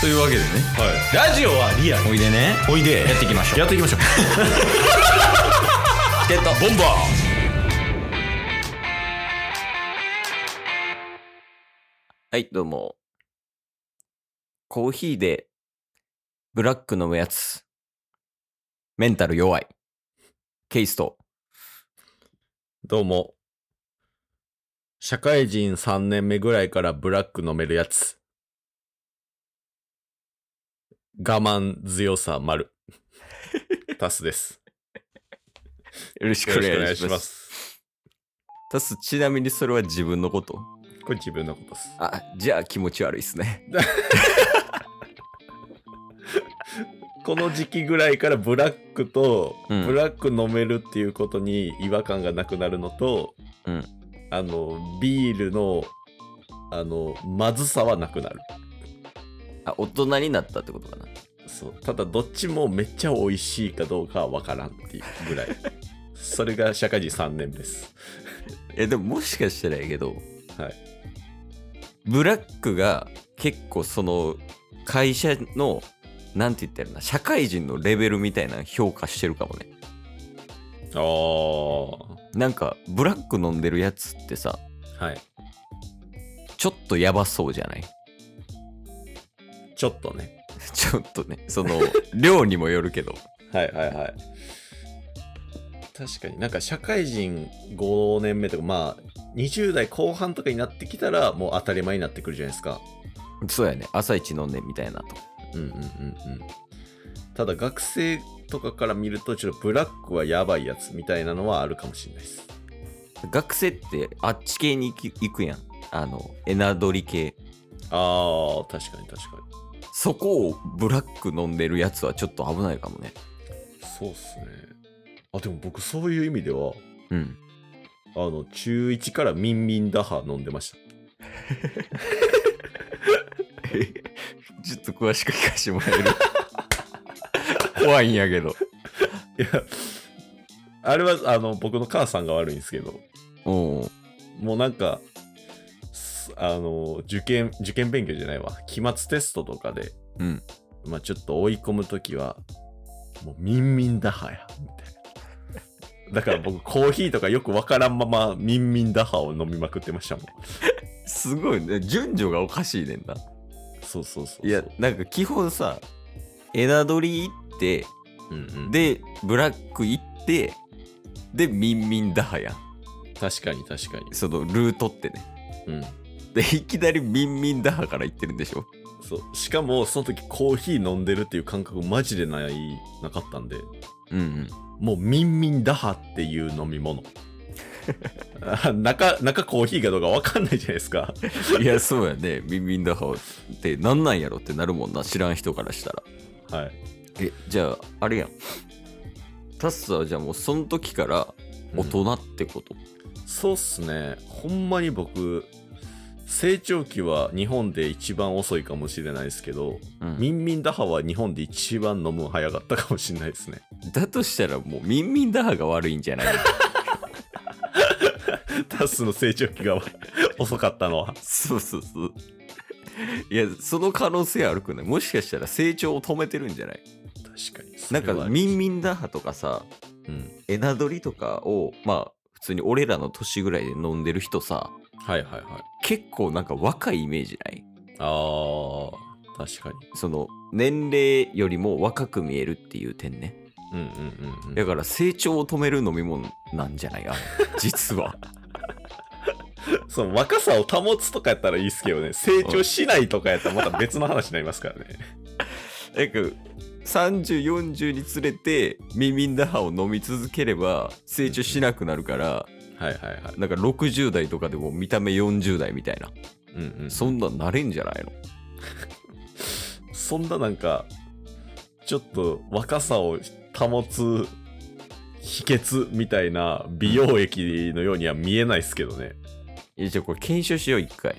というわけでねラジオはリアルおいでねおいでやっていきましょうやってい きましょうチケットボンバーはいどうもコーヒーでブラック飲むやつメンタル弱いケイストどうも。社会人3年目ぐらいからブラック飲めるやつ。我慢強 さ丸。タスです。よろしよろしくお願いします。タスちなみにそれは自分のことこれ自分のことです。あじゃあ気持ち悪いっすねこの時期ぐらいからブラックと、うんブラック飲めるっていうことに違和感がなくなるのと、うんあの、ビールの、あの、まずさはなくなる。あ大人になったってことかなそうただどっちもめっちゃ美味しいかどうかは分からんっていうぐらいそれが社会人3年ですえでももしかしたらやけど、はいブラックが結構その会社のなんて言ったらいいのかな社会人のレベルみたいなの評価してるかもねああはなんかブラック飲んでるやつってさいちょっとやばそうじゃない ちょっとねちょっとねそ の量にもよるけどはいはいはい確かになんか社会人5年目とかまあ20代後半とかになってきたらもう当たり前になってくるじゃないですかそうやね朝一飲んでみたいなとうんうんうんうんただ学生とかから見るとちょっとブラックはやばいやつみたいなのはあるかもしれないです学生ってあっち系に行き行くやんあのエナドリ系ああ確かに確かにそこをブラック飲んでるやつはちょっと危ないかもねそうっすね。あ、でも僕そういう意味では、うんあの、中1からミンミンダハ飲んでました。え ちょっと詳しく聞かせてもらえる 怖いんやけど。いや、あれは、あの、僕の母さんが悪いんですけど、おうもうなんか、すあの、受験、受験勉強じゃないわ。期末テストとかで、うんまあちょっと追い込むときは、もうミンミンダハや、みたいな。だから僕、コーヒーとかよくわからんまま、ミンミンダハを飲みまくってましたもん。すごいね。順序がおかしいねんな。そうそうそうそう。いや、なんか基本さ、エナドリ行って、うんうん、で、ブラック行って、で、ミンミンダハやん。確かに確かに。そのルートってね。うん。で、いきなりミンミンダハから行ってるんでしょ。そうしかもその時コーヒー飲んでるっていう感覚マジでないなかったんでうんうん。もうミンミンダハっていう飲み物 あ中中コーヒーかどうか分かんないじゃないですかいや、そうやね。ミンミンダハってなんなんやろってなるもんな。知らん人からしたら。はいえ、じゃあ、あれやん。タッサはじゃあもうその時から大人ってこと、そうっすねほんまに僕成長期は日本で一番遅いかもしれないですけど、うんミンミンダハは日本で一番飲むの早かったかもしれないですね だとしたらもうミンミンダハが悪いんじ ゃないタスの成長期が 遅かったのはそうそうそう。いや、その可能性あるくないもしかしたら成長を止めてるんじゃない確かになんかミン、ンミンダハとかさ、うん、エナドリとかを、まあ、普通に俺らの年ぐらいで飲んでる人さ、はいはいはい結構なんか若いイメージないああ、確かに。その、年齢よりも若く見えるっていう点ね。うんうんうん、うん。だから成長を止める飲み物なんじゃない か実はその若さを保つとかやったらいいですけどね、成長しないとかやったらまた別の話になりますからね。なんか3040につれてミミンダハを飲み続ければ成長しなくなるからはいはいはい。なんか60代とかでも見た目40代みたいなうんうん、そそんなんなれんじゃないのそんななんか、ちょっと若さを保つ秘訣みたいな美容液のようには見えないですけどね。えじゃあこれ検証しよう一回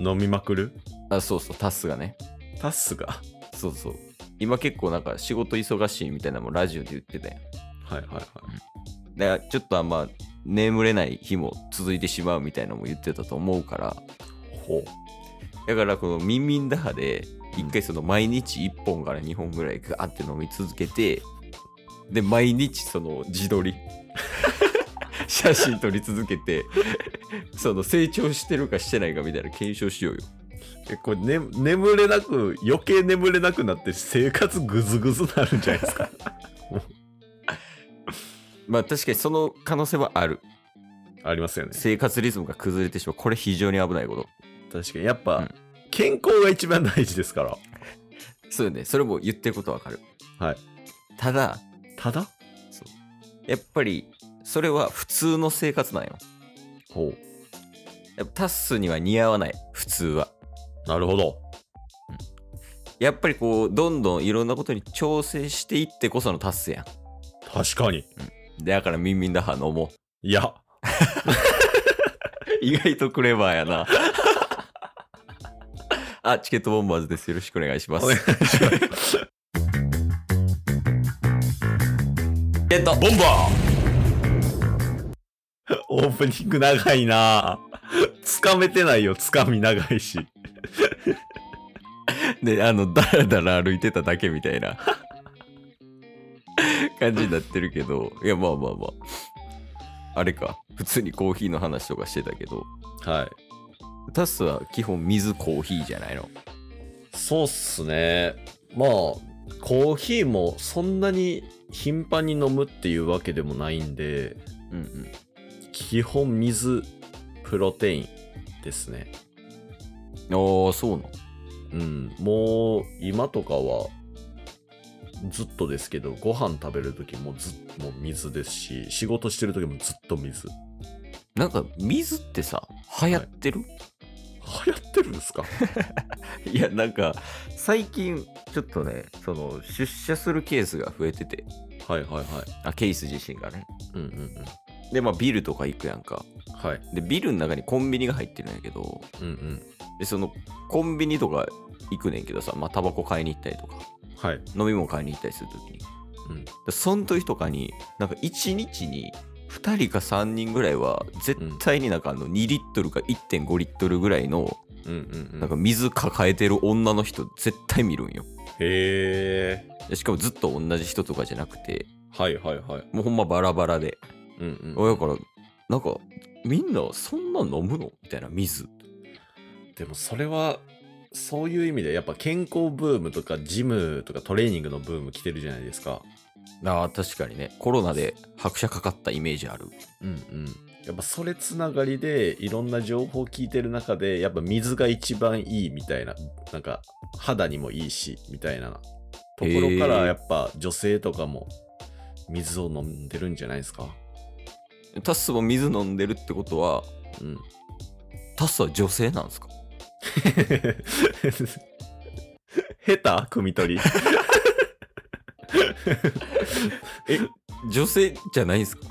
飲みまくるあそうそうタスがねタスが。そうそう今結構なんか仕事忙しいみたいなのもラジオで言ってたやんはいはいはい。だからちょっとあんま眠れない日も続いてしまうみたいなのも言ってたと思うからほう。だからこのミンミンダハで一回その毎日1本から2本ぐらいガーって飲み続けて、で、毎日その自撮 り。写真撮り続けて、その成長してるかしてないかみたいな検証しようよ。えこれ、ね、眠れなく余計眠れなくなって生活グズグズなるんじゃない ですかまあ確かにその可能性はある。ありますよね生活リズムが崩れてしまう。これ非常に危ないこと。確かにやっぱ、うん健康が一番大事ですからそうよね。それも言ってることわかる。はいただ、ただやっぱりそれは普通の生活なんよ。ほうやっぱタッスには似合わない。普通は。なるほどやっぱりこう、どんどんいろんなことに調整していってこそのタッスや確かにん。だからミンミンダハ飲もう。 いや意外とクレバーやな。 あ、チケットボンバーズです。よろしくお願いします。お願いチケットボンバー オープニング長いなつかめてないよつかみ長いしで、あの、だらだら歩いてただけみたいな 感じになってるけど、いや、まあまあまあ。あれか、普通にコーヒーの話とかしてたけど、はいタスは基本水コーヒーじゃないの。そうっすね。まあ、コーヒーもそんなに頻繁に飲むっていうわけでもないんで、うんうん。基本水、プロテインですね。ああ、そうなの。うん。もう、今とかは、ずっとですけど、ご飯食べるときもずっともう水ですし、仕事してるときもずっと水。なんか、水ってさ、流行ってる、流行ってるんで すかい、や、なんか、最近、ちょっとね、その、出社するケースが増えてて、はいはいはい。あ、ケース自身がね。うんうんうん。で、まあ、ビルとか行くやんか。はい。で、ビルの中にコンビニが入ってるんやけど、うんうん。でそのコンビニとか行くねんけどさ、まあ、タバコ買いに行ったりとかはい。飲み物買いに行ったりするときに、うんでその時とかになんか1日に2人か3人ぐらいは絶対になんかあの2リットルか1.5リットルぐらいのうんうんうん。なんか水抱えてる女の人絶対見るんよへえ。でしかもずっと同じ人とかじゃなくてはいはいはい。もうほんまバラバラでうんうん。だからなんかみんなそんな飲むのみたいな水でもそれはそういう意味でやっぱ健康ブームとかジムとかトレーニングのブーム来てるじゃないですかあー確かにねコロナで拍車かかったイメージあるうんうんやっぱそれつながりでいろんな情報を聞いてる中でやっぱ水が一番いいみたいななんか肌にもいいしみたいなところかへらーやっぱ女性とかも水を飲んでるんじゃないですかタスも水飲んでるってことはうんタスは女性なんですか下手汲み取り 女性じゃないんですか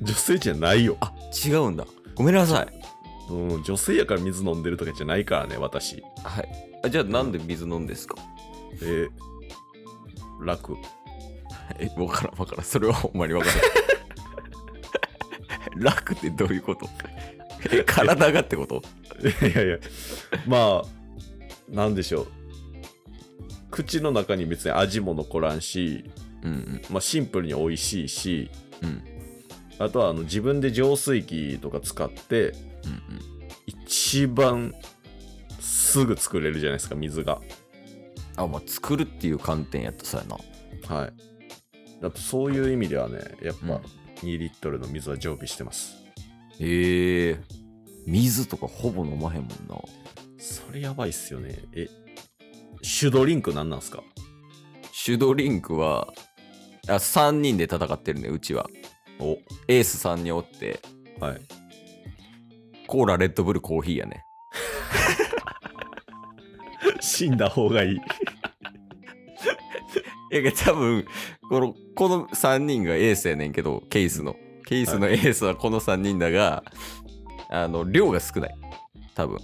女性じゃないよあ違うんだごめんなさいうん、女性やから水飲んでるとかじゃないからね、私。はいあじゃあなんで水飲んですかえー楽。え分からん分からんそれはほんまに分から ん楽ってどういうことえ体がってこといやいや、まあ、なんでしょう。口の中に別に味も残らんし、うんまあ、シンプルに美味しいし、うんうんあとはあの自分で浄水器とか使って、うんうん一番すぐ作れるじゃないですか、水が。あまあ作るっていう観点やったさやなはい。だとそういう意味ではね、やっうぱん2リットルの水は常備してます。へえ水とかほぼ飲まへんもんなそれやばいっすよね。え、シュドリンクなんなんすかシュドリンクはあ3人で戦ってるねうちはお、エースさんにおってはい。 コーラレッドブルコーヒーやね死んだ方がいい。いや多分このこの3人がエースやねんけどケースのケースのエースはこの3人だが、あの量が少ない多分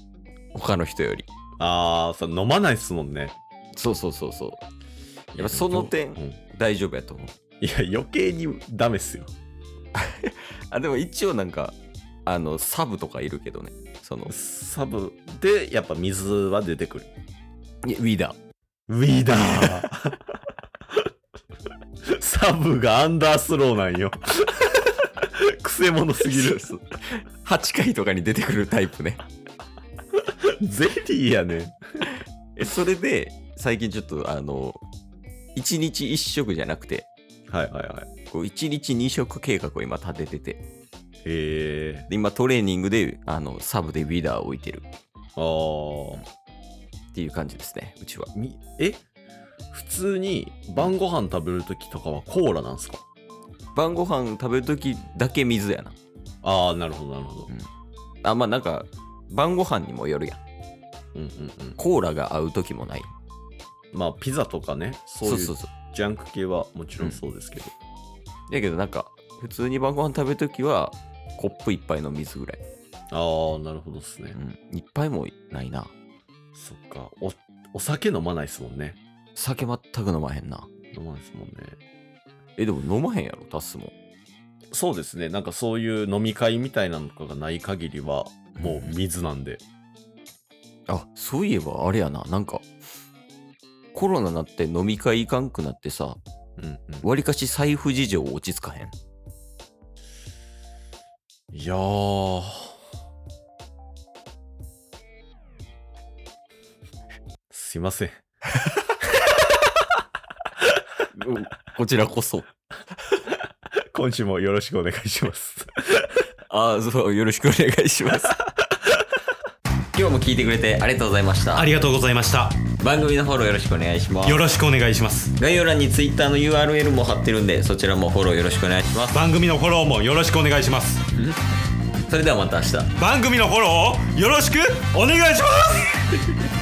他の人よりあー、それ飲まないっすもんね。そうそうそうそうやっぱその点うん大丈夫やと思ういや、余計にダメっすよ。あでも一応なんかあのサブとかいるけどねそのサブで、やっぱ水は出てくる。いやウィダーウィ ダー。サブがアンダースローなんよ。くせ者すぎる。そうそう8回とかに出てくるタイプね。ゼリーやねん。えそれで、最近ちょっと、あの、1日1食じゃなくて、はいはいはい。こう1日2食計画を今立ててて、へえ。で今トレーニングで、あの、サブでウィダーを置いてるあーっていう感じですね、うちは。みえ普通に晩ご飯食べるときとかはコーラなんすか晩ご飯食べるときだけ水やな。ああ、なるほどなるほど。あ、まあなんか、晩ご飯にもよるやん。うんうんうん。コーラが合うときもない。まあ、ピザとかね、そういうそう。ジャンク系はもちろんそうですけど。やけどなんか、普通に晩ご飯食べるときは、コップ一杯の水ぐらい。ああ、なるほどっすねう。ん。一杯もないな。そっか。お、お酒飲まないっすもんね。酒全く飲まへんな。飲まないっすもんね。え、でも飲まへんやろ、タスも。そうですね。なんかそういう飲み会みたいなのとかがない限りは、もう水なんで。あ、そういえばあれやな、なんか、コロナなって飲み会行かんくなってさ、うんうん。わりかし財布事情落ち着かへん。いやー。すいません。こちらこそ。今週もよろしくお願いします。あそう、よろしくお願いします。 今日も聞いてくれてありがとうございました。ありがとうございました。番組のフォローよろしくお願いしますよ。ろしくお願いします。概要欄に Twitter の URL も貼ってるんで、そちらもフォローよろしくお願いします。番組のフォローもよろしくお願いします。それではまた明日。番組のフォローをよろしくお願いします